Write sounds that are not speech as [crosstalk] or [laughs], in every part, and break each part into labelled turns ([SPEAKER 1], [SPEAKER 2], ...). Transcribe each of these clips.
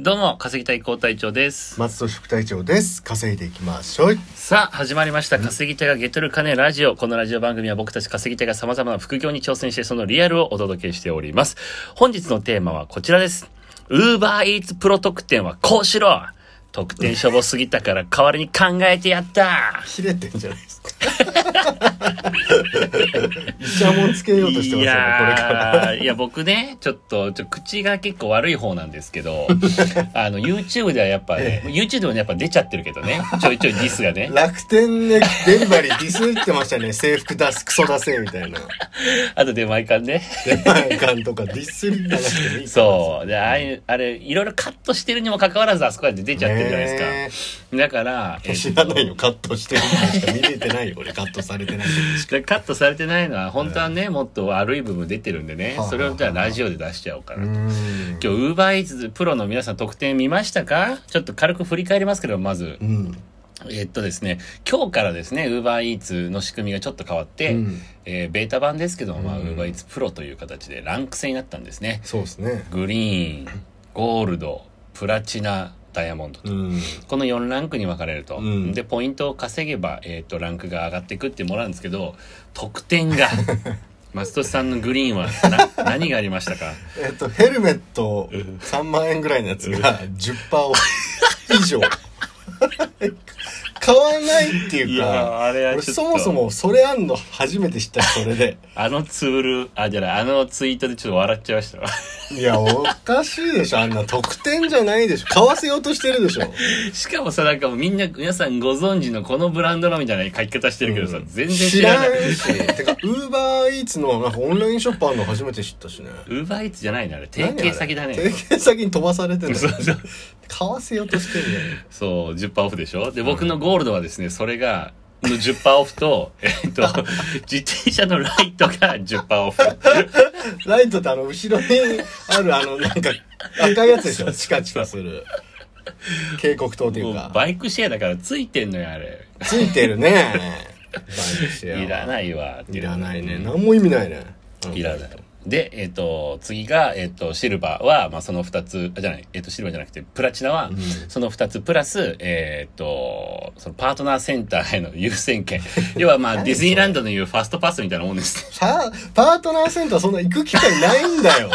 [SPEAKER 1] どうも、稼ぎたい高隊長です。
[SPEAKER 2] 松戸副隊長です稼いでいきましょう
[SPEAKER 1] さあ、始まりました。稼ぎ手がゲットる金ラジオ。このラジオ番組は僕たち稼ぎ手が様々な副業に挑戦して、そのリアルをお届けしております。本日のテーマはこちらです。Uber Eats プロ特典はこうしろ特典しょぼすぎたから代わりに考えてやった
[SPEAKER 2] 切れてんじゃな
[SPEAKER 1] [laughs]
[SPEAKER 2] いですか医者もつけようとしてますよねこれ
[SPEAKER 1] い
[SPEAKER 2] から
[SPEAKER 1] やーいや僕ねちょっとちょ口が結構悪い方なんですけ
[SPEAKER 2] [laughs]
[SPEAKER 1] どあの YouTube ではやっぱね、
[SPEAKER 2] え
[SPEAKER 1] YouTube でもやっぱ出ちゃってるけどねちょいちょいディスが
[SPEAKER 2] [laughs]
[SPEAKER 1] ね
[SPEAKER 2] 楽天ねデリバリーディスってましたね制服出すクソ出せみたいな
[SPEAKER 1] あと出前館ね
[SPEAKER 2] 出前館とかディスりなくてもいい
[SPEAKER 1] そう。で、ああいう、あれ、いろいろカットしてるにもかかわらず、あそこで出
[SPEAKER 2] う
[SPEAKER 1] ちゃってるじゃないです
[SPEAKER 2] す
[SPEAKER 1] か。だから、えっと
[SPEAKER 2] 知らないよカットしてるのしか見れてないよ俺カットされてない
[SPEAKER 1] でカットされてないのは、本当はね、もっと悪い部分出てるんでね
[SPEAKER 2] はあは、あ
[SPEAKER 1] それをじゃあラジオで出し [laughs] ちゃおうかなと。
[SPEAKER 2] ん
[SPEAKER 1] 今日、ウーバーイーツプロの皆さん特典見ましたかちょっと軽く振り返りますけど、まず
[SPEAKER 2] う、ん
[SPEAKER 1] えっとですね、今日からですね、ウーバーイーツの仕組みがちょっと変わって、
[SPEAKER 2] うん
[SPEAKER 1] えーベータ版ですけども、まあ、ウ
[SPEAKER 2] うん
[SPEAKER 1] ーバーイーツプロという形でランク制になったんですね。
[SPEAKER 2] そうですね
[SPEAKER 1] グリーン、ゴールド、プラチナ、ダイヤモンドと。
[SPEAKER 2] うん
[SPEAKER 1] この4ランクに分かれると、
[SPEAKER 2] うん
[SPEAKER 1] でポイントを稼げば、えー、とランクが上がっていくってもらうんですけど得点
[SPEAKER 2] [laughs]
[SPEAKER 1] が松戸さんのグリーンはな何がありましたか
[SPEAKER 2] えっと、ヘルメット3万円ぐらいのやつが10%オフ以上。 [laughs] 買わないっていうか、
[SPEAKER 1] あれ
[SPEAKER 2] 俺そもそもそれあんの初めて知ったそれで。
[SPEAKER 1] あのツールあじゃないあのツイートでちょっと笑っちゃいましたわ [laughs]
[SPEAKER 2] いや、おかしいでしょ、あんな特典じゃないでしょ。買わせようとしてるでしょ。
[SPEAKER 1] しかもさなんかもうみんな皆さんご存知のこのブランドのみたいな書き方してるけどさ、
[SPEAKER 2] うん
[SPEAKER 1] 全然知らない
[SPEAKER 2] 知らんし。てか、ウーバーイーツのなんかオンラインショップあんの初めて知ったしね。
[SPEAKER 1] ウーバーイーツじゃないねあれ提携先だね
[SPEAKER 2] 何あれ提携先に飛ばされて
[SPEAKER 1] [laughs]
[SPEAKER 2] る
[SPEAKER 1] そうそう
[SPEAKER 2] 買わせようとしてるじゃん
[SPEAKER 1] そう、10%オフでしょで、僕のゴールドはですね、それが、の10%オフと、 [laughs] えっと、自転車のライトが10%オフ。
[SPEAKER 2] ライトってあの、後ろにあるあの、なん
[SPEAKER 1] [laughs]
[SPEAKER 2] か、赤いやつでしょチカチカする。警告灯ってい
[SPEAKER 1] も
[SPEAKER 2] う
[SPEAKER 1] う
[SPEAKER 2] か。
[SPEAKER 1] バイクシェアだからついてんのよ、あれ。
[SPEAKER 2] ついて
[SPEAKER 1] [laughs]
[SPEAKER 2] るね。バイクシェアは。
[SPEAKER 1] いらないわ。
[SPEAKER 2] いらないね。
[SPEAKER 1] うん
[SPEAKER 2] 何も意味ないね。
[SPEAKER 1] いらない。で、えっと、次が、えっと、シルバーは、まあ、その2つ、あ、じゃない、えっと、シルバーじゃなくて、プラチナは、その2つ、プラス、えっと、そのパートナーセンターへの優先権。要は、まあ、ディズニーランドのいうファストパスみたいなもんですね。 [laughs]
[SPEAKER 2] さパートナーセンターそんな行く機会ないんだよ。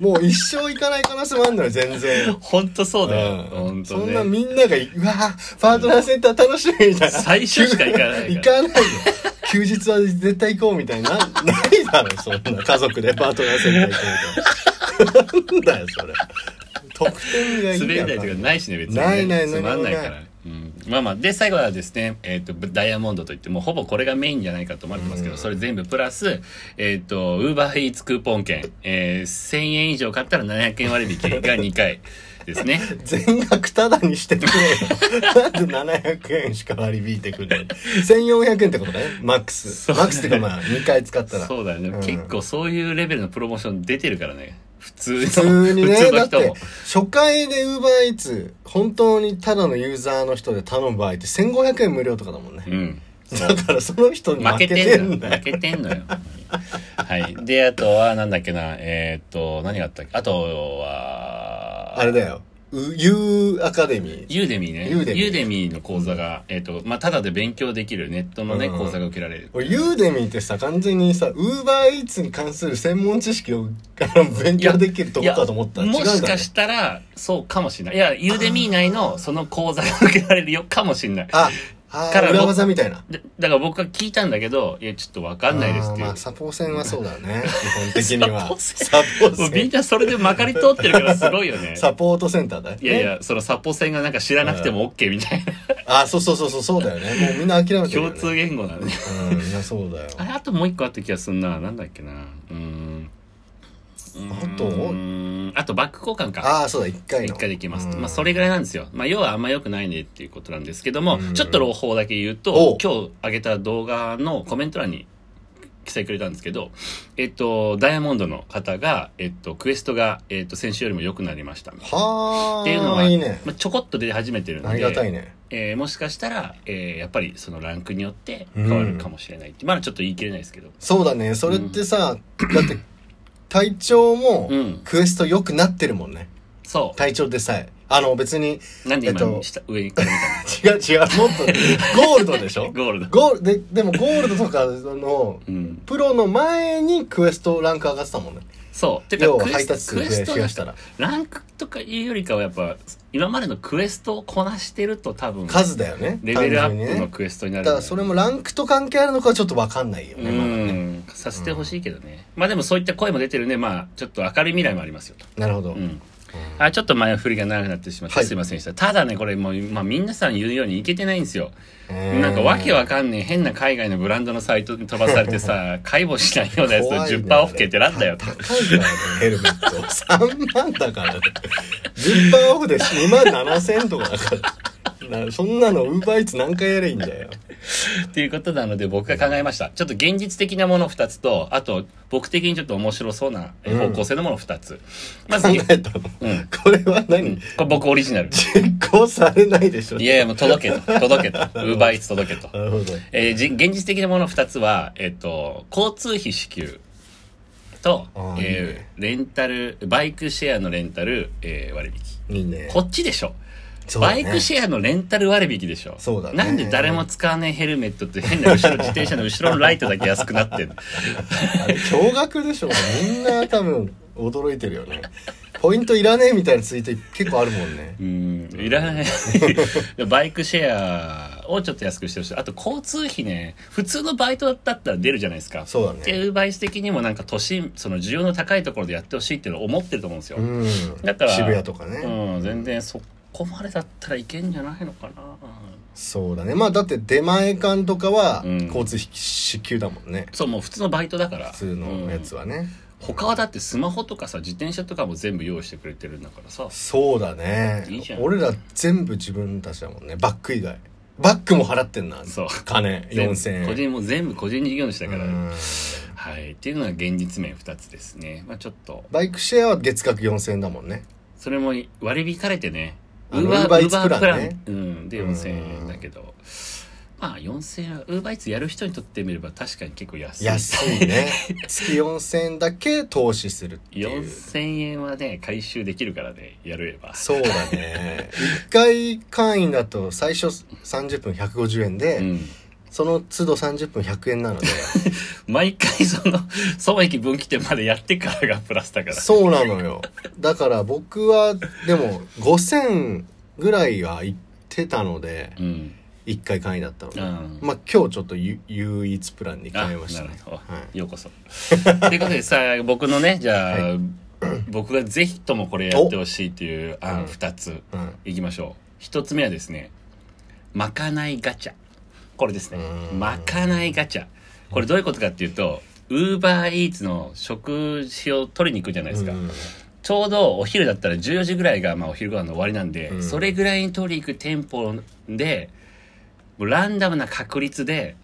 [SPEAKER 2] もう一生行かない可能性もあるのよ、全然。
[SPEAKER 1] ほんとそうだよ。
[SPEAKER 2] う
[SPEAKER 1] ほん
[SPEAKER 2] ん、
[SPEAKER 1] と
[SPEAKER 2] そ
[SPEAKER 1] [laughs] ね。
[SPEAKER 2] んなみんなが、うわパートナーセンター楽しみみたいな。
[SPEAKER 1] 最初しか行かないから
[SPEAKER 2] 行かないよ。休日は絶対行こうみたいな、なないだろ、そんな。家族でパートナーセンター行こうみたいな。なんだよ、それ。特典がいい
[SPEAKER 1] 滑り台とかないしね別に、ね、
[SPEAKER 2] ないない
[SPEAKER 1] つまんないから
[SPEAKER 2] ない
[SPEAKER 1] うん、まあまあで最後はですね、えー、とダイヤモンドといってもうほぼこれがメインじゃないかと思ってますけど、それ全部プラスえっ、とウーバーイーツクーポン券、えー、1000円以上買ったら700円割引が2回です
[SPEAKER 2] [laughs]
[SPEAKER 1] ね
[SPEAKER 2] 全額タダにしてくれよ。なんで700円しか割り引いてくれよ。1400円ってことね、マックス。
[SPEAKER 1] そう
[SPEAKER 2] マックスっていうかまあ、2回使ったら。
[SPEAKER 1] そうだね、
[SPEAKER 2] うん
[SPEAKER 1] 結構そういうレベルのプロモーション出てるからね普通の
[SPEAKER 2] 普通に
[SPEAKER 1] 普
[SPEAKER 2] ね、
[SPEAKER 1] 通
[SPEAKER 2] だ
[SPEAKER 1] の
[SPEAKER 2] って
[SPEAKER 1] 人も、
[SPEAKER 2] 初回で UberEats、本当にただのユーザーの人で頼む場合って1500円無料とかだもんね。
[SPEAKER 1] うん
[SPEAKER 2] だからその人に
[SPEAKER 1] 負
[SPEAKER 2] 負
[SPEAKER 1] け
[SPEAKER 2] け
[SPEAKER 1] て
[SPEAKER 2] て
[SPEAKER 1] んの
[SPEAKER 2] んだ
[SPEAKER 1] 負
[SPEAKER 2] よ。
[SPEAKER 1] けてんのよ。はい。で、あとは、なんだっけな、えーっと、何があったっけあとは、
[SPEAKER 2] あれだよ。う U アカデミー。
[SPEAKER 1] ユーデミーね。ユ
[SPEAKER 2] ユーデミー
[SPEAKER 1] ーデミーの講座が、えーっと、まあ、ただで勉強できるネットのね、
[SPEAKER 2] うん
[SPEAKER 1] 講座が受けられる。
[SPEAKER 2] 俺、ユーデミーってさ、完全にさ、ウーバーイーツに関する専門知識をあの勉強できるとこかと思ったら
[SPEAKER 1] い
[SPEAKER 2] 違
[SPEAKER 1] や
[SPEAKER 2] うん
[SPEAKER 1] も
[SPEAKER 2] だね
[SPEAKER 1] しかしたら、そうかもしれない。いや、ユーデミー内のその講座が受けられるよ、かもしれない。
[SPEAKER 2] あ、あ
[SPEAKER 1] から
[SPEAKER 2] ー裏技みたいな。
[SPEAKER 1] でだから僕は聞いたんだけど、いや、ちょっとわかんないですっていう
[SPEAKER 2] あーまあ、。サポーセンはそうだ
[SPEAKER 1] [laughs]
[SPEAKER 2] ね。基本的には。
[SPEAKER 1] サ
[SPEAKER 2] サ
[SPEAKER 1] ポ
[SPEAKER 2] ポ
[SPEAKER 1] ー
[SPEAKER 2] ー
[SPEAKER 1] み
[SPEAKER 2] セ
[SPEAKER 1] んなそれでまかり通ってるからすごいよね
[SPEAKER 2] [laughs] ン。。サポートセンターだよ。
[SPEAKER 1] いやいや、そのサポセンがなんか知らなくても OK みたいな。
[SPEAKER 2] あ、そうそうそうそう、そうだよね。もうみんな諦めてる、
[SPEAKER 1] 共
[SPEAKER 2] ね。
[SPEAKER 1] 通言語なのね。
[SPEAKER 2] うん、みんなそうだよ。
[SPEAKER 1] あれ、あともう一個あった気がすんな。なんだっけな。うーん。
[SPEAKER 2] あと
[SPEAKER 1] うーんあとバック交換か。
[SPEAKER 2] ああ、そうだ、一回の。
[SPEAKER 1] 一回できます。
[SPEAKER 2] うん
[SPEAKER 1] まあ、それぐらいなんですよ。まあ、要はあんま良くないねっていうことなんですけども
[SPEAKER 2] う、ん
[SPEAKER 1] ちょっと朗報だけ言う
[SPEAKER 2] お
[SPEAKER 1] と
[SPEAKER 2] う、
[SPEAKER 1] 今日上げた動画のコメント欄に記載くれたんですけど、えっと、ダイヤモンドの方が、えっと、クエストが、えっと、先週よりも良くなりました。っ
[SPEAKER 2] はあ。
[SPEAKER 1] ていうのは、
[SPEAKER 2] いいね。
[SPEAKER 1] まあ、ちょこっと出始めてるんで、
[SPEAKER 2] ありがたいね。
[SPEAKER 1] えーもしかしたら、えーやっぱりそのランクによって
[SPEAKER 2] うん
[SPEAKER 1] 変わるかもしれないって、まだちょっと言い切れないですけど
[SPEAKER 2] そうだね。それってさ、だって、体調も
[SPEAKER 1] うん
[SPEAKER 2] クエスト良くなってるもんね。
[SPEAKER 1] そう
[SPEAKER 2] 体調でさえ。あの、別に、
[SPEAKER 1] なんで
[SPEAKER 2] えっと
[SPEAKER 1] 今、下、上に行くのみたいな。
[SPEAKER 2] 違う違う、もっと、ゴールドでし [laughs]
[SPEAKER 1] ゴ
[SPEAKER 2] ょ
[SPEAKER 1] ールド
[SPEAKER 2] ゴール、で、でもゴールドとかの、
[SPEAKER 1] うん。
[SPEAKER 2] プロの前にクエストランク上がってたもんね。
[SPEAKER 1] そう。て
[SPEAKER 2] 要
[SPEAKER 1] か、
[SPEAKER 2] は
[SPEAKER 1] ク
[SPEAKER 2] ハ
[SPEAKER 1] エ
[SPEAKER 2] イタッ
[SPEAKER 1] スト、
[SPEAKER 2] ク
[SPEAKER 1] クエス
[SPEAKER 2] で
[SPEAKER 1] ト
[SPEAKER 2] 増やしたら。
[SPEAKER 1] ランクとかいうよりかはやっぱ、今までのクエストをこなしてると多分、
[SPEAKER 2] 数だよね。
[SPEAKER 1] レベルア
[SPEAKER 2] 単
[SPEAKER 1] ッ
[SPEAKER 2] 純
[SPEAKER 1] プ
[SPEAKER 2] に
[SPEAKER 1] の
[SPEAKER 2] ね。
[SPEAKER 1] クエストになる。
[SPEAKER 2] だからそれもランクと関係あるのかはちょっとわかんないよね、まだね。
[SPEAKER 1] うん。させてほしいけどね。まあでもそういった声も出てるね。まあ、ちょっと明るい未来もありますよと。
[SPEAKER 2] なるほど
[SPEAKER 1] う。ん。あ、ちょっと前振りが長くなってしまって、
[SPEAKER 2] はい
[SPEAKER 1] すいませんでした。ただね、これもう、まあ、皆さん言うようにいけてないんですよ。
[SPEAKER 2] えー
[SPEAKER 1] なんかわけわかんねえ変な海外のブランドのサイトに飛ばされて
[SPEAKER 2] [laughs]
[SPEAKER 1] さ、解剖しないようなやつと
[SPEAKER 2] 怖いね
[SPEAKER 1] 10%オフ券ってなんだよと。
[SPEAKER 2] 高いからね、ヘルメット。3万だからね。10%オフで2万7 0とかだから。なそんなのウーバーイーツ何回やればいいんだよ。
[SPEAKER 1] っていうことなので僕が考えました。ちょっと現実的なもの2つと、あと僕的にちょっと面白そうなえ
[SPEAKER 2] うん
[SPEAKER 1] 方向性のもの2つ。まず、
[SPEAKER 2] 考 [laughs]
[SPEAKER 1] うん、こ
[SPEAKER 2] えたの。これは何
[SPEAKER 1] れ僕オリジナル。
[SPEAKER 2] 実行されないでしょ。
[SPEAKER 1] いやいや、もう届けと。届けと。ウーバーイーツ届けと。
[SPEAKER 2] なるほど。
[SPEAKER 1] えーじ現実的なもの2つは、えっ、と、交通費支給と
[SPEAKER 2] あ、ーいい
[SPEAKER 1] え
[SPEAKER 2] ね
[SPEAKER 1] ーレンタル、バイクシェアのレンタル、えー割引。
[SPEAKER 2] いいね。
[SPEAKER 1] こっちでしょ。
[SPEAKER 2] そうだ
[SPEAKER 1] バ
[SPEAKER 2] ね
[SPEAKER 1] イクシェアのレンタル割引でしょ。
[SPEAKER 2] そうだね
[SPEAKER 1] なんで誰も使わないヘルメットって変な後ろ、自転車の後ろのライトだけ安くなってんの
[SPEAKER 2] あれ、驚愕でしょ。みんな多分驚いてるよね。ポイントいらねえみたいなツイート結構あるもんね
[SPEAKER 1] う。ーん、いらない。バイクシェアをちょっと安くしてほしい。あと交通費ね、普通のバイトだったら出るじゃないですか。
[SPEAKER 2] そうだ
[SPEAKER 1] って
[SPEAKER 2] ね。
[SPEAKER 1] いうバイス的にもなんか都心、その需要の高いところでやってほしいっていうのを思ってると思うんですよ。
[SPEAKER 2] うん。
[SPEAKER 1] だから
[SPEAKER 2] 渋谷とかね。
[SPEAKER 1] うん、全然そこまでだったらいけんじゃないのかな。
[SPEAKER 2] そうだねまあだって出前館とかは
[SPEAKER 1] うん
[SPEAKER 2] 交通費支給だもんね、
[SPEAKER 1] そう、もう普通のバイトだから。
[SPEAKER 2] 普通のやつはね、
[SPEAKER 1] 他はだってスマホとかさ自転車とかも全部用意してくれてるんだからさ
[SPEAKER 2] そうだね
[SPEAKER 1] いいじゃん
[SPEAKER 2] 俺ら全部自分たちだもんねバック以外バックも払ってんな
[SPEAKER 1] そう
[SPEAKER 2] 金4000円
[SPEAKER 1] 個人も全部個人事業主だから、
[SPEAKER 2] うん
[SPEAKER 1] はいっていうのが現実面2つですねまあちょっと
[SPEAKER 2] バイクシェアは月額4000円だもんね
[SPEAKER 1] それも割り引かれてね
[SPEAKER 2] あの Uber Eats プランね
[SPEAKER 1] うんで
[SPEAKER 2] うん
[SPEAKER 1] 4000円だけどまあ4000円はウーバーイーツやる人にとってみれば確かに結構安い
[SPEAKER 2] 安いね月4000円だけ投資するっていう
[SPEAKER 1] 4000円はね回収できるからねやれば
[SPEAKER 2] そうだね1回会員だと最初30分150円で、
[SPEAKER 1] うん
[SPEAKER 2] その都度30分100円なので
[SPEAKER 1] 毎回その損益分岐点までやってからがプラスだから
[SPEAKER 2] そうなのよ。だから僕は、でも、5000ぐらいは行ってたので、
[SPEAKER 1] うん
[SPEAKER 2] 1回会員だったの
[SPEAKER 1] う
[SPEAKER 2] で。
[SPEAKER 1] ん
[SPEAKER 2] まあ今日ちょっとゆ唯一プランに変えました
[SPEAKER 1] あな
[SPEAKER 2] ね
[SPEAKER 1] る。ほど
[SPEAKER 2] は
[SPEAKER 1] ようこそ。 [laughs] ということでさ、僕のね、じゃあ、
[SPEAKER 2] は
[SPEAKER 1] 僕がぜひともこれやってほしいという
[SPEAKER 2] う
[SPEAKER 1] 案
[SPEAKER 2] ん
[SPEAKER 1] 2つ
[SPEAKER 2] うん
[SPEAKER 1] いきましょう。1つ目はですね、まかないガチャ。これですね
[SPEAKER 2] う。ん
[SPEAKER 1] まかないガチャ。これどういうことかっていうと、ウーバーイーツの食事を取りに行くじゃないですか。
[SPEAKER 2] うん
[SPEAKER 1] ちょうどお昼だったら14時ぐらいが、まあ、お昼ご飯の終わりなんで、
[SPEAKER 2] うん
[SPEAKER 1] それぐらいに取り行く店舗でもうランダムな確率で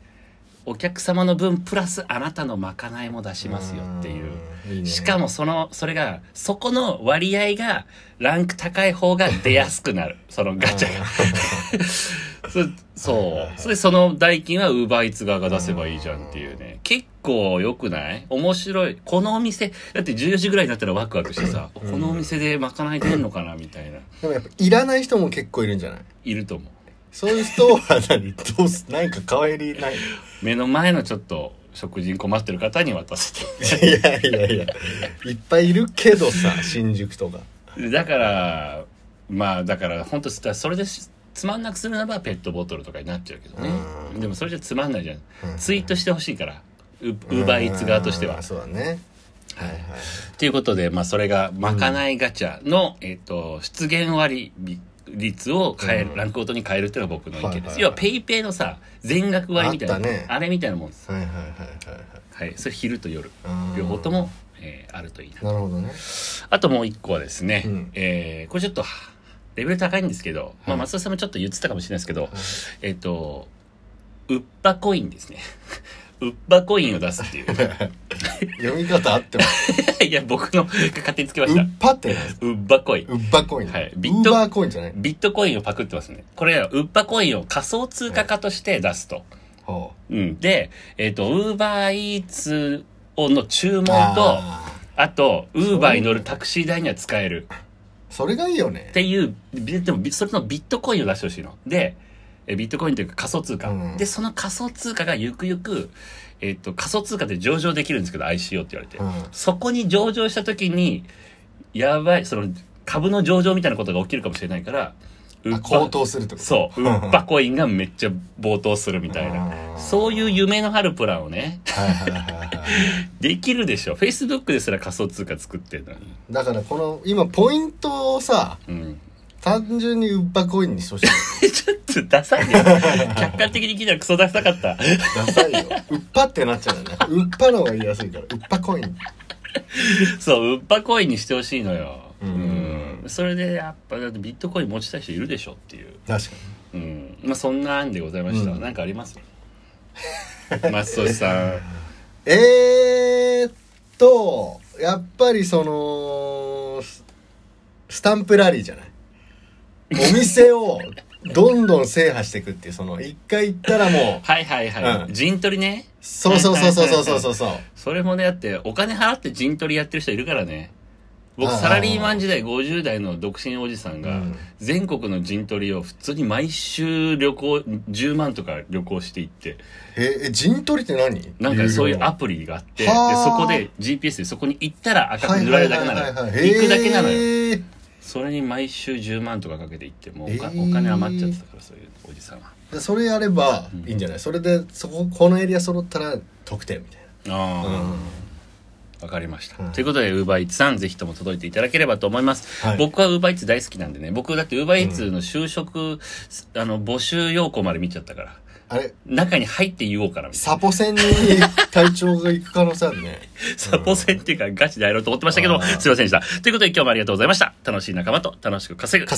[SPEAKER 1] お客様の分プラスあなたのまかないも出しますよっていう。
[SPEAKER 2] うんいいね
[SPEAKER 1] しかもそのそれがそこの割合がランク高い方が出やすく [laughs] なるそのガチャが [laughs] そそうそれでその代金はウーバーイーツ側が出せばいいじゃんっていうね結構良くない面白いこのお店だって14時ぐらいになったらワクワクしてさ、このお店でまかない出んのかなみたいな
[SPEAKER 2] でもやっぱいらない人も結構いるんじゃない
[SPEAKER 1] いると思う
[SPEAKER 2] そういう人は何どうすなんか代わり
[SPEAKER 1] [laughs]
[SPEAKER 2] ない
[SPEAKER 1] 目の前のちょっと食事に困ってる方に渡せて
[SPEAKER 2] いやいやいやいっぱいいるけどさ新宿とか
[SPEAKER 1] だからまあだから本当それでしつまんなくするならペットボトルとかになっちゃうけどね
[SPEAKER 2] うん
[SPEAKER 1] でもそれじゃつまんないじゃん
[SPEAKER 2] うん
[SPEAKER 1] ツイートしてほしいからウウーバーイーツ側としては
[SPEAKER 2] うん。そうだね
[SPEAKER 1] はい
[SPEAKER 2] はいはい
[SPEAKER 1] ということで、まあ、それがまかないガチャの、えっと出現割率を変える、
[SPEAKER 2] うん
[SPEAKER 1] ランクごとに変えるっていうのが僕の意見です、
[SPEAKER 2] はいはいはい
[SPEAKER 1] 要はペイペイのさ全額割みたいな
[SPEAKER 2] あったね
[SPEAKER 1] れみたいなもんです、
[SPEAKER 2] はいはいはいは
[SPEAKER 1] は
[SPEAKER 2] い
[SPEAKER 1] い、それ昼と夜
[SPEAKER 2] はい
[SPEAKER 1] 両方とも、えーあるといいな
[SPEAKER 2] なるほどね
[SPEAKER 1] あともう一個はですね、
[SPEAKER 2] うん
[SPEAKER 1] えーこれちょっとはレベル高いんですけど、まあ松田さんもちょっと言ってたかもしれないですけど、えっ、と、ウッパコインですね。 [laughs] ウッパコインを出すっていう。 [laughs]
[SPEAKER 2] 読み方あってます。
[SPEAKER 1] いや、僕の勝手につけ
[SPEAKER 2] う
[SPEAKER 1] ま
[SPEAKER 2] っ
[SPEAKER 1] した。
[SPEAKER 2] ぱってなんですか
[SPEAKER 1] ウッパコイン。
[SPEAKER 2] うっぱコイン。
[SPEAKER 1] はいビッ
[SPEAKER 2] ウ
[SPEAKER 1] ト
[SPEAKER 2] ーバーコインじゃない
[SPEAKER 1] ビットコインをパクってますね。これ、ウッパコインを仮想通貨化として出すと。
[SPEAKER 2] ほ
[SPEAKER 1] うん。で、えっ、と、ウーバーイーツの注
[SPEAKER 2] う
[SPEAKER 1] 文と、あと、ウーバーに乗るタクシー代には使える。
[SPEAKER 2] それがいいよね
[SPEAKER 1] っていう、びでもびそれのビットコインを出してほしいの。で、えビットコインというか仮想通貨。
[SPEAKER 2] うん
[SPEAKER 1] で、その仮想通貨がゆくゆく、えっと、仮想通貨で上場できるんですけど、ICO って言われて。
[SPEAKER 2] うん
[SPEAKER 1] そこに上場した時に、やばい、その株の上場みたいなことが起きるかもしれないから、ウ
[SPEAKER 2] あ高騰するってこと
[SPEAKER 1] そう、ウッパコインがめっちゃ暴騰するみたい
[SPEAKER 2] あ
[SPEAKER 1] な。
[SPEAKER 2] ー
[SPEAKER 1] そういう夢のあるプランをね、
[SPEAKER 2] はいはいはいはい
[SPEAKER 1] できるでしょ。Facebook ですら仮想通貨作ってるのに。
[SPEAKER 2] だからこの今ポイントをさ
[SPEAKER 1] うん。
[SPEAKER 2] 単純にウッパコイン
[SPEAKER 1] [laughs]
[SPEAKER 2] にしてほしい
[SPEAKER 1] ちょっとダサい
[SPEAKER 2] [laughs]
[SPEAKER 1] ね。客観的に聞いたらクソダサかった。
[SPEAKER 2] ダサいよウッパってなっちゃうよねウッパの方が言いやすいからウッパコイン
[SPEAKER 1] そう、ウッパコインにしてほしいのよ。う。
[SPEAKER 2] うん
[SPEAKER 1] それで、やっぱ、だってビットコイン持ちたい人いるでしょっていう。
[SPEAKER 2] 確か
[SPEAKER 1] うん。まあ、そんな案でございました。
[SPEAKER 2] うん
[SPEAKER 1] なんかあります松俊さん。
[SPEAKER 2] にえー、っとやっぱりそのススタンプラリーじゃないお店をどんどん制覇していくっていうその一回行ったらもう
[SPEAKER 1] はいはいはい。
[SPEAKER 2] うん
[SPEAKER 1] 陣取りね。
[SPEAKER 2] そうそうそうそうそうそうそうそう
[SPEAKER 1] それもね、だって、お金払って陣取りやってる人いるからね。僕、
[SPEAKER 2] あー
[SPEAKER 1] サラリーマン時代50代の独身おじさんが
[SPEAKER 2] うん、
[SPEAKER 1] 全国の陣取りを普通に毎週旅行、10万とか旅行していって、
[SPEAKER 2] ええ陣取りって何
[SPEAKER 1] なんかそういうア
[SPEAKER 2] プ
[SPEAKER 1] プリがあって、で
[SPEAKER 2] 有料はあ
[SPEAKER 1] そこで GPS でそこに行ったら赤く塗られるだけなのよ。行くだけなのよ。
[SPEAKER 2] よ
[SPEAKER 1] それに毎週10万とかかけて行って、もうお,、
[SPEAKER 2] へー
[SPEAKER 1] お金余っちゃってたから、そういうおじさんは。
[SPEAKER 2] でそれやればいいんじゃない、それでそここのエリア揃ったら得点みたい
[SPEAKER 1] あ
[SPEAKER 2] な、
[SPEAKER 1] ー
[SPEAKER 2] うん
[SPEAKER 1] わかりました。
[SPEAKER 2] うん
[SPEAKER 1] ということで、ウーバーイーツさん、ぜひとも届いていただければと思います。
[SPEAKER 2] はい
[SPEAKER 1] 僕はウーバーイーツ大好きなんでね、僕だってウーバーイーツの就職、あの、募集要項まで見ちゃったから、
[SPEAKER 2] あれ
[SPEAKER 1] 中に入って言おうかな、みたいな。
[SPEAKER 2] サポセンに [laughs] 隊長が行く可能性あるね
[SPEAKER 1] サポセンっていうか、ガチでやろうと思ってましたけど、
[SPEAKER 2] うん
[SPEAKER 1] すいませんでした。ということで、今日もありがとうございました。楽しい仲間と楽しく稼ぐ。